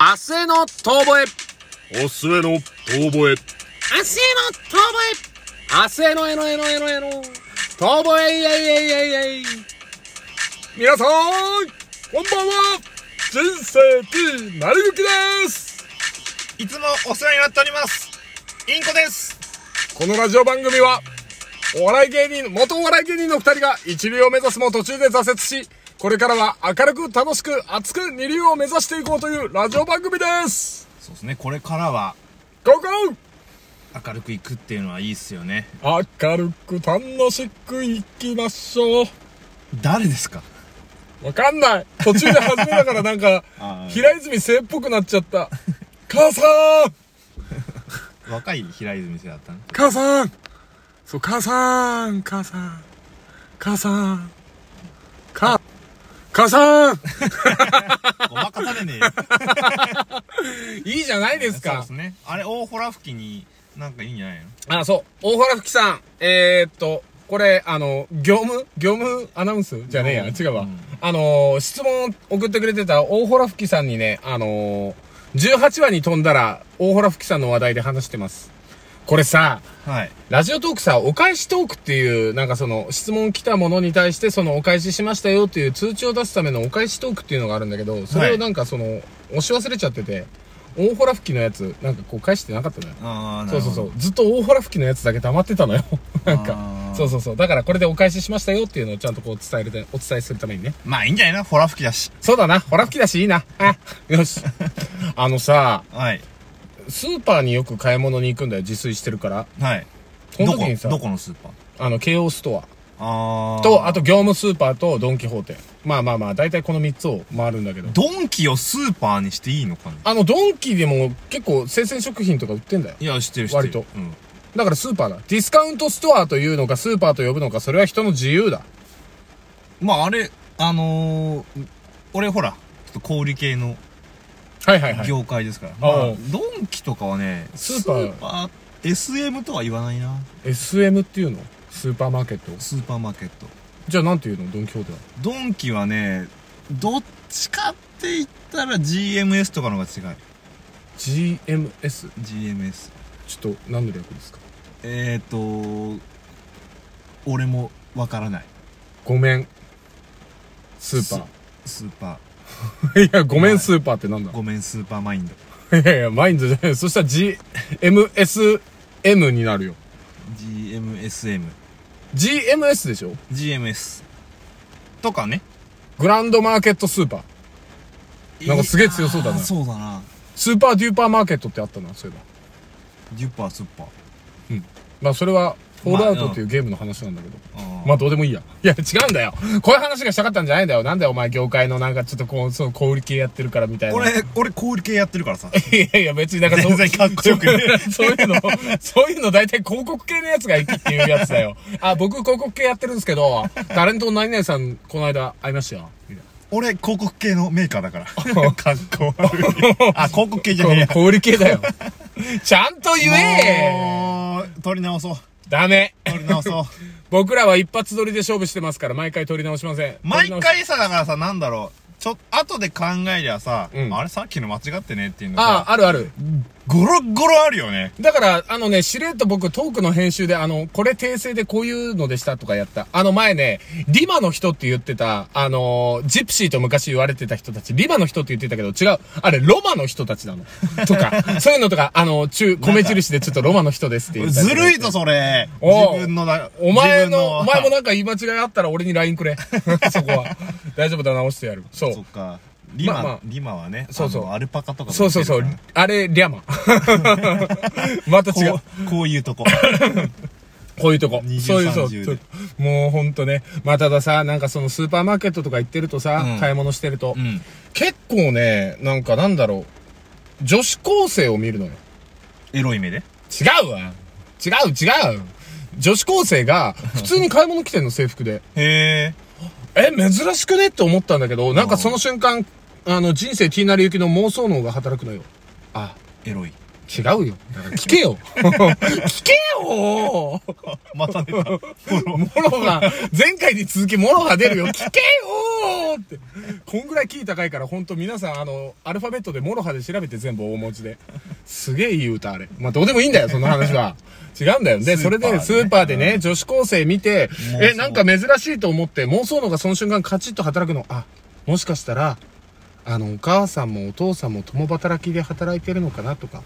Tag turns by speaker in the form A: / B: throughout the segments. A: 明日への遠吠え
B: 明日への遠吠え。
A: 明日への遠吠え明日へのえのえのえのえの遠吠えいえいえいえいえい
B: 皆さん、こんばんは。人生 P なりゆきです。
C: いつもお世話になっております。インコです。
B: このラジオ番組は、お笑い芸人、元お笑い芸人の二人が一流を目指すも途中で挫折し、これからは明るく楽しく熱く二流を目指していこうというラジオ番組です。
C: そうですね、これからは
B: ゴー
C: 明るくいくっていうのはいいっすよね。
B: ゴー明るく楽しくいきましょう。
C: 誰ですか
B: わかんない。途中で始めたからなんか
C: あ、ー
B: 平泉聖っぽくなっちゃった。母さん
C: 若い平泉生だったの
B: 母さんそう、母さん母さん母さん母、母さん
C: ごまかされねえよ。
B: いいじゃないです
C: そうで
B: か
C: す。ね。あれ、大ホラ吹きになんかいいんじゃないの
B: あ、そう。大原吹さん。えー、っと、これ、あの、業務業務アナウンスじゃねえや。
C: うん
B: 違うわ。
C: うん
B: あのー、質問送ってくれてた大原吹さんにね、あのー、18話に飛んだら、大原吹さんの話題で話してます。これさ、
C: はい。
B: ラジオトークさ、お返しトークっていう、なんかその、質問来たものに対して、その、お返ししましたよっていう通知を出すためのお返しトークっていうのがあるんだけど、それをなんかその、押し忘れちゃってて、大ホラ吹きのやつ、なんかこう返してなかったのよ。
C: ああ、な
B: そう
C: るほ
B: そ
C: ど
B: うそう。。ずっと大ホラ吹きのやつだけ黙ってたのよ。なん
C: あ
B: か。
C: ー
B: そうそうそう。だからこれでお返ししましたよっていうのをちゃんとこう伝えるで、お伝えするためにね。
C: まあいいんじゃないのホラ吹きだし。
B: そうだな。ホラ吹きだしいいな。あ、よ し。あのさ、
C: はい。
B: スーパーによく買い物に行くんだよ。自炊してるから。
C: はい。
B: その
C: ど
B: 時
C: こ
B: にさ、
C: どこのスーパー
B: あの、京王ストア。
C: ああ。
B: と、あと、業務スーパーとドン・キホーテ。まあまあまあ、大体この3つを回るんだけど。
C: ドンキをスーパーにしていいのかね
B: あの、ドンキでも結構生鮮食品とか売ってんだよ。
C: いや、知ってる知って
B: 割
C: る。
B: と
C: うん。
B: だからスーパーだ。ディスカウントストアというのか、スーパーと呼ぶのか、それは人の自由だ。
C: まああれ、あのー、俺ほら、ちょっと小売系の
B: はいはいはい。
C: 業界ですから、
B: ああ
C: まあ、ドンキとかはね
B: スーパー
C: スーパー SM とは言わないな
B: SM っていうのスーパーマーケット。
C: スーパーマーケット
B: じゃあなんていうのドンキホーテは。
C: ドンキはねどっちかって言ったら GMS とかの方が違う
B: GMS。
C: GMS
B: ちょっと、何の略ですか
C: えっ、ー、と俺もわからない
B: ごめん。スーパ
C: スーパ
B: ー。いや、ごめんスーパーってなんだ
C: ーごめんスーパーマインド
B: いやいや、マインドじゃない。そしたら GMSM になるよ。
C: GMSMGMS
B: GMS でしょ
C: とかね
B: グランドマーケットスーパー。なんかすげえ強そうだない
C: やーそうだな
B: スーパーデューパーマーケットってあったな、そういえば。
C: デュッパースーパー
B: まあそれは、フォールアウ
C: まあ
B: ト
C: うん
B: っていうゲームの話なんだけど。
C: あー
B: まあどうでもいいや。いや、違うんだよ。こういう話がしたかったんじゃないんだよ。なんだよ、お前業界のなんかちょっとこう、その小売り系やってるからみたいな。
C: 俺俺小売系やってるからさ
B: いやいや、別になんかそう
C: 全。然かっこよくね
B: そういうの、そういうの大体広告系のやつが行きっていうやつだよ。あ、僕広告系やってるんですけど、タレントの何々さん、この間会いましたよ。みたいな
C: 俺、広告系のメーカー だから。かっこ悪い。 あ、広告系じゃねえや。
B: 小売り系だよ。ちゃんと言え
C: もう取り直そう。
B: ダメ
C: 取り直そう。
B: 僕らは一発撮りで勝負してますから、毎回撮り直しません。
C: 毎
B: 撮り直し
C: 回さ、だからさ、なんだろう。ちょ、後で考えりゃさ、
B: うん
C: あれさっきの間違ってねっていうの
B: あ
C: さ、
B: あ、あるある。
C: ゴロッゴロあるよね。
B: だから、あのね、しれっと僕トークの編集で、あの、これ訂正でこういうのでしたとかやった。あの前ね、リマの人って言ってた、あのー、ジプシーと昔言われてた人たち、リマの人って言ってたけど違う。あれ、ロマの人たちなの。と か、そういうのとか、あの、中、米印でちょっとロマの人ですって言ったり
C: ず
B: とか
C: るいぞ、それ。
B: おう
C: 自分のだ、
B: お前
C: 自分
B: の、お前もなんか言い間違いあったら俺に LINE くれ。そこは。大丈夫だ、直してやる。そう
C: そっ。か。リマ、
B: まあまあ
C: リマはね、
B: そうそう
C: あのアルパカとかも
B: そうそうそう
C: 出てるか。
B: あれ、リャ マ。また違
C: ら
B: う
C: こ。う、こうい うとこ。
B: こういうとこ。
C: 20
B: そういう、そう。
C: 30で
B: そうもうほんとね。まあ、たださ、なんかそのスーパーマーケットとか行ってるとさ、
C: うん
B: 買い物してると、
C: うん。
B: 結構ね、なんかなんだろう。女子高生を見るのよ。
C: エロい目で。
B: 違うわ。違う違う。女子高生 が普通に買い物来てんの、制服で。
C: へえ。
B: え、珍しくねって思ったんだけど、なんかその瞬間、あの、人生 T なりゆきの妄想脳が働くのよ。あ、
C: エロい。
A: 違うよ。
B: 聞け よ聞けよ
C: また 出た。フォロー。
B: モロが、前回に続きモロが出るよ。聞けよーって。こんぐらいキー高いから、ほんと皆さん、あの、アルファベットでモロハで調べて全部大文字で。すげえいい歌、あれ。まあ、どうでもいいんだよ、その話は。違うんだよ。で、
C: スー
B: そ
C: パー
B: れ
C: ね
B: で、スーパーでね、女子高生見て、
C: 妄
B: え、
C: 想
B: なんか珍しいと思って、妄想のがその瞬間カチッと働くの。あ、もしかしたら、あの、お母さんもお父さんも共働きで働いてるのかなとか。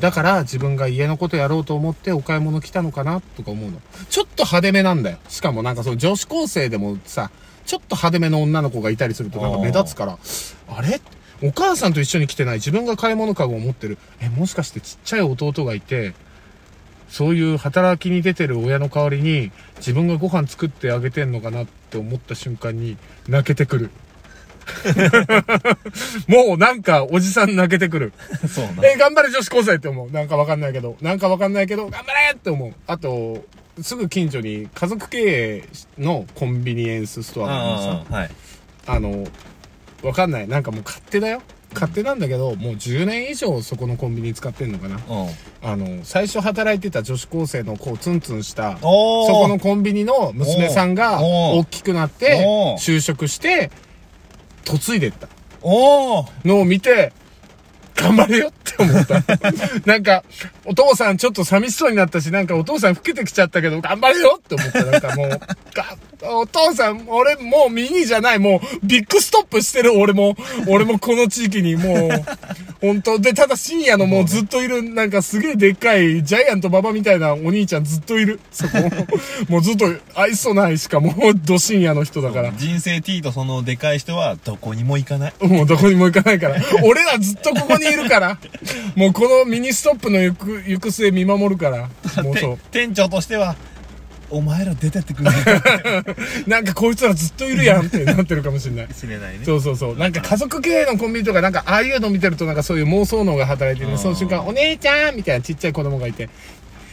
B: だから自分が家のことやろうと思ってお買い物来たのかなとか思うの。ちょっと派手めなんだよ。しかもなんかその女子高生でもさ、ちょっと派手めの女の子がいたりするとなんか目立つから、あれお母さんと一緒に来てない自分が買い物かごを持ってる。え、もしかしてちっちゃい弟がいて、そういう働きに出てる親の代わりに自分がご飯作ってあげてんのかなって思った瞬間に泣けてくる。もうなんかおじさん泣けて くる。
C: そうな。
B: えー頑張れ女子高生って思う。なんかわかんないけど、なんかわかんないけど、頑張れって思う。あと、すぐ近所に家族経営のコンビニエンスストアがあるのさ
C: ああ、はい。
B: あの、わかんない。なんかもう勝手だよ。勝手なんだけど、もう10年以上そこのコンビニ使ってんのかな。
C: うん。
B: あの、最初働いてた女子高生のこうツンツンした、そ
C: おー
B: このコンビニの娘さんが
C: おー
B: 大きくなって
C: おー、
B: 就職して、嫁いでった。
C: おー
B: のを見て、頑張れよって思った。 なんか、お父さんちょっと寂しそうになったし、なんかお父さん老けてきちゃったけど、頑張れよって思った。なんかもう、がお父さん、俺もうミニじゃない、もうビッグストップしてる俺も、俺もこの地域にもう、本当で、ただ深夜のもうずっといる、なんかすげえでっかいジャイアント馬場みたいなお兄ちゃんずっといる。そこ。もうずっと愛想ないしかも、ど深夜の人だから。
C: 人生 T とそのでかい人はどこにも行かない。
B: もうどこにも行かないから。俺らずっとここにいるから。もうこのミニストップの行く、行く末見守るから。もうそ
C: て店長としては、お前ら出てって くれないか
B: う。なんかこいつらずっといるやんってなってるかもしれない
C: も。しれないね。
B: そうそうそう。なんか家族経営のコンビニとか、なんかああいうの見てるとなんかそういう妄想脳が働いて
C: う
B: ね、
C: ん
B: その瞬間、お姉ちゃんみたいなちっちゃい子供がいて、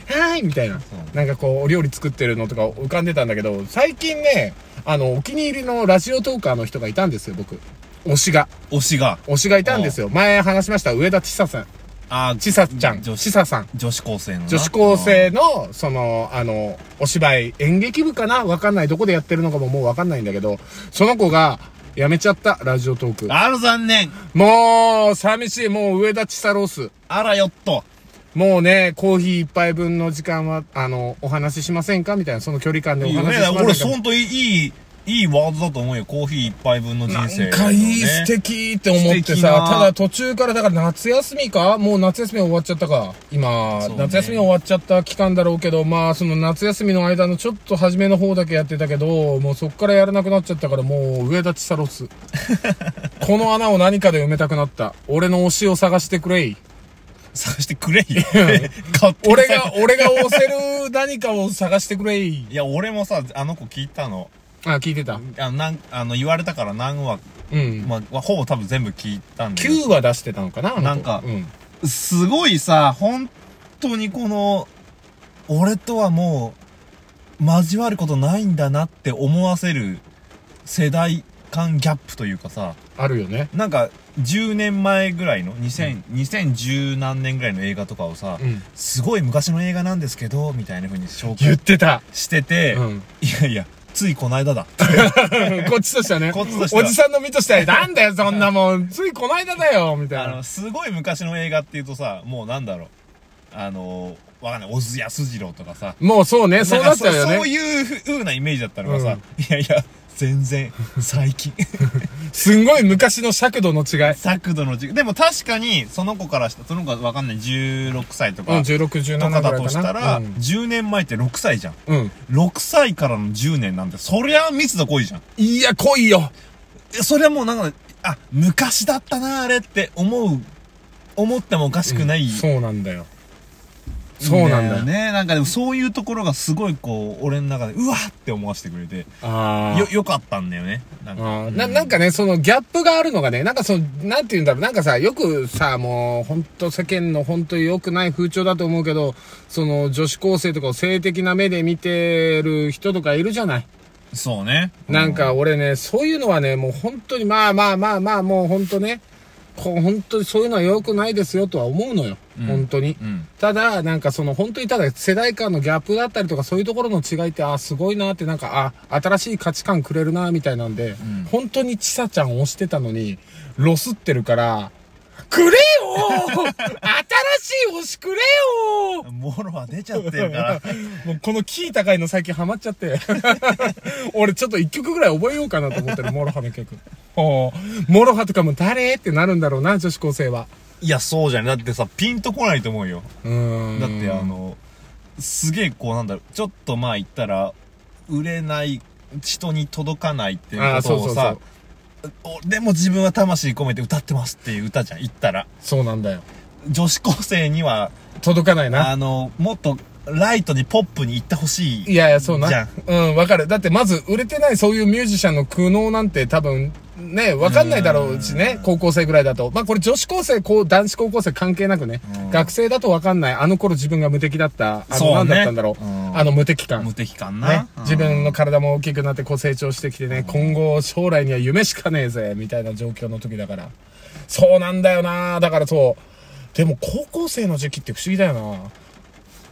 B: はーいみたいな
C: う。
B: なんかこう、お料理作ってるのとか浮かんでたんだけど、最近ね、あの、お気に入りのラジオトーカーの人がいたんですよ、僕。推しが。
C: 推しが。
B: 推しがいたんですよ。前話しました、上田千沙さん。
C: ああ、
B: ちさちゃん、
C: 女
B: ち
C: 子、
B: ささん。
C: 女子高生のな。
B: 女子高生の、その、あの、お芝居、演劇部かなわかんない。どこでやってるのかももうわかんないんだけど、その子が、やめちゃった、ラジオトーク
C: うん。。あら残念。
B: もう、寂しい。もう、上田千沙ロース。
C: あらよっと。
B: もうね、コーヒー一杯分の時間は、あの、お話ししませんかみたいな、その距離感でお
C: いいよ
B: 話ししま
C: ね。
B: せんか
C: 俺、そんといい、いいいいワードだと思うよ。コーヒー一杯分の人
B: な
C: 生、
B: んかいい素。敵って思って
C: 素敵な
B: さ、ただ途中からだから夏休みかもう夏休み終わっちゃったか。今、
C: そうね
B: 夏休み終わっちゃった期間だろうけど、まあその夏休みの間のちょっと初めの方だけやってたけど、もうそっからやらなくなっちゃったからもう上田千サロ ス。この穴を何かで埋めたくなった。俺の推しを探してくれい。
C: 探してくれよ。勝手に
B: 俺が、俺が推せる何かを探してくれい。
C: いや、俺もさ、あの子聞いたの。
B: あ、聞いてた。
C: あの、なん、あの、言われたから何話、
B: うん。
C: まあ、ほぼ多分全部聞いたんで。
B: 9話出してたのかなあの子
C: なんか
B: うん。
C: すごいさ、本当にこの、俺とはもう、交わることないんだなって思わせる世代間ギャップというかさ、
B: あるよね。
C: なんか、10年前ぐらいの、2000、2010何年ぐらいの映画とかをさ、
B: うん。
C: すごい昔の映画なんですけど、みたいな風に紹
B: 言っ
C: 介
B: てた。
C: してて、
B: うん。
C: いやいや、ついこの間 だ。
B: こっちとしてはね。
C: こっちとしては
B: おじさんの身としては、なんだよ、そんなも ん。ついこの間だよ、みたい
C: あ
B: な
C: の、。すごい昔の映画っていうとさ、もうなんだろう。あの、わかんない、小津安二郎とかさ。
B: もうそうね、 そうなっちゃう
C: なんかそ
B: よ
C: そう
B: ね。
C: いうふうなイメージだったのが
B: う
C: さ、
B: ん
C: いやいや、全然、最近。
B: すんごい昔の尺度の違い。
C: 作度の時でも確かに、その子からした、その子はわかんない、16歳と
B: うん、
C: か、と
B: 16、17ぐら
C: か
B: いか
C: だとした
B: な。
C: ら、
B: うん
C: 10年前って6歳じゃん。
B: うん。
C: 6歳からの10年なんて、そりゃ密度濃いじゃん。
B: いや、来いよ。
C: えそれはもうなんか、あ、昔だったな、あれって思う、思ってもおかしくない、
B: そうなんだよ。そうなんだよ。
C: ね。なんかでもそういうところがすごいこう、俺の中で、うわって思わせてくれて、
B: あー
C: よ、よかったんだよね。なんか。
B: あーななんかね、そのギャップがあるのがね、なんかその、なんて言うんだろう、なんかさ、よくさ、もう、本当世間の本当に良くない風潮だと思うけど、その、女子高生とかを性的な目で見てる人とかいるじゃない。
C: そうね。
B: なんか俺ね、そういうのはね、もう本当に、まあまあまあまあ、もう本当ね、こう本当にそういうのは良くないですよとは思うのよ。
C: うん
B: 本当に。
C: うん
B: ただ、なんかその本当にただ世代間のギャップだったりとかそういうところの違いって、あ、すごいなってなんか、あ、新しい価値観くれるなみたいなんで、
C: ん
B: 本当にちさちゃんを推してたのに、ロスってるから、くれよ ー新しい推しくれよー
C: もろは出ちゃってるから。
B: もうこのキー高いの最近ハマっちゃって。 俺ちょっと一曲ぐらい覚えようかなと思ってる、モロハの曲。おーモロハとかも誰ってなるんだろうな、女子高生は。
C: いや、そうじゃない。だってさ、ピンとこないと思うよ。
B: うーん。
C: だって、あ、の、すげえこうなんだろう、ちょっとまあ言ったら、売れない、人に届かないっていう
B: あ
C: こ
B: ーそ
C: と
B: うそう
C: を
B: そ
C: さ
B: う、
C: おでも自分は魂込めて歌ってますっていう歌じゃん、言ったら。
B: そうなんだよ。
C: 女子高生には、
B: 届かないな。
C: あの、もっとライトにポップに行ってほしい。
B: いやいや、そうな。
C: じゃん
B: うん、わかる。だってまず、売れてないそういうミュージシャンの苦悩なんて多分、ね、わかんないだろうしね、高校生ぐらいだと。まあこれ女子高生、こう、男子高校生関係なくね
C: うん、
B: 学生だとわかんない。あの頃自分が無敵だった。あ
C: そう
B: の、な
C: ね
B: んだったんだろう
C: うん。
B: あの無敵感
C: 無。敵感な。
B: ね
C: う、ん。
B: 自分の体も大きくなってこう成長してきてね、今後将来には夢しかねえぜ、みたいな状況の時だから。そうなんだよなだからそう。でも高校生の時期って不思議だよ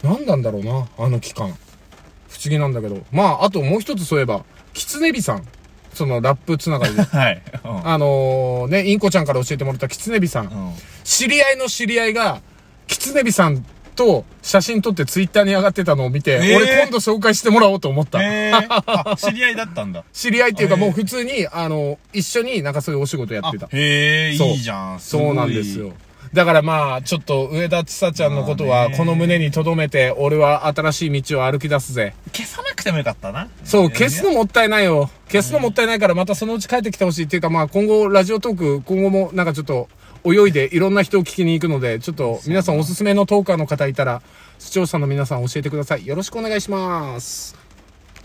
B: ななんなんだろうなあの期間。不思議なんだけど。まあ、あともう一つそういえば、キツネビさん。そのラップつながりで
C: はい。うん
B: あのー、ね、インコちゃんから教えてもらったキツネビさん。
C: うん
B: 知り合いの知り合いが、キツネビさんと写真撮ってツイッターに上がってたのを見て、
C: えー
B: 俺今度紹介してもらおうと思った。
C: えーあ知り合いだったんだ。
B: 知り合いっていうか
C: えー
B: もう普通に、あの、一緒になんかそういうお仕事やってた。
C: へえ、
B: そう
C: いいじゃん。すごい
B: そうなんですよ。。だからまあ、ちょっと上田千沙ちゃんのこと
C: まあ
B: は
C: ね
B: この胸に留めて、俺は新しい道を歩き出すぜ。
C: 消さなくてもよかったな。
B: そう、
C: えー
B: 消すのもったいないよ。消すのもったいないからまたそのうち帰ってきてほしいっていうかまあ今後ラジオトーク、今後もなんかちょっと泳いでいろんな人を聞きに行くので、ちょっと皆さんおすすめのトーカーの方いたら、視聴者の皆さん教えてください。よろしくお願いします。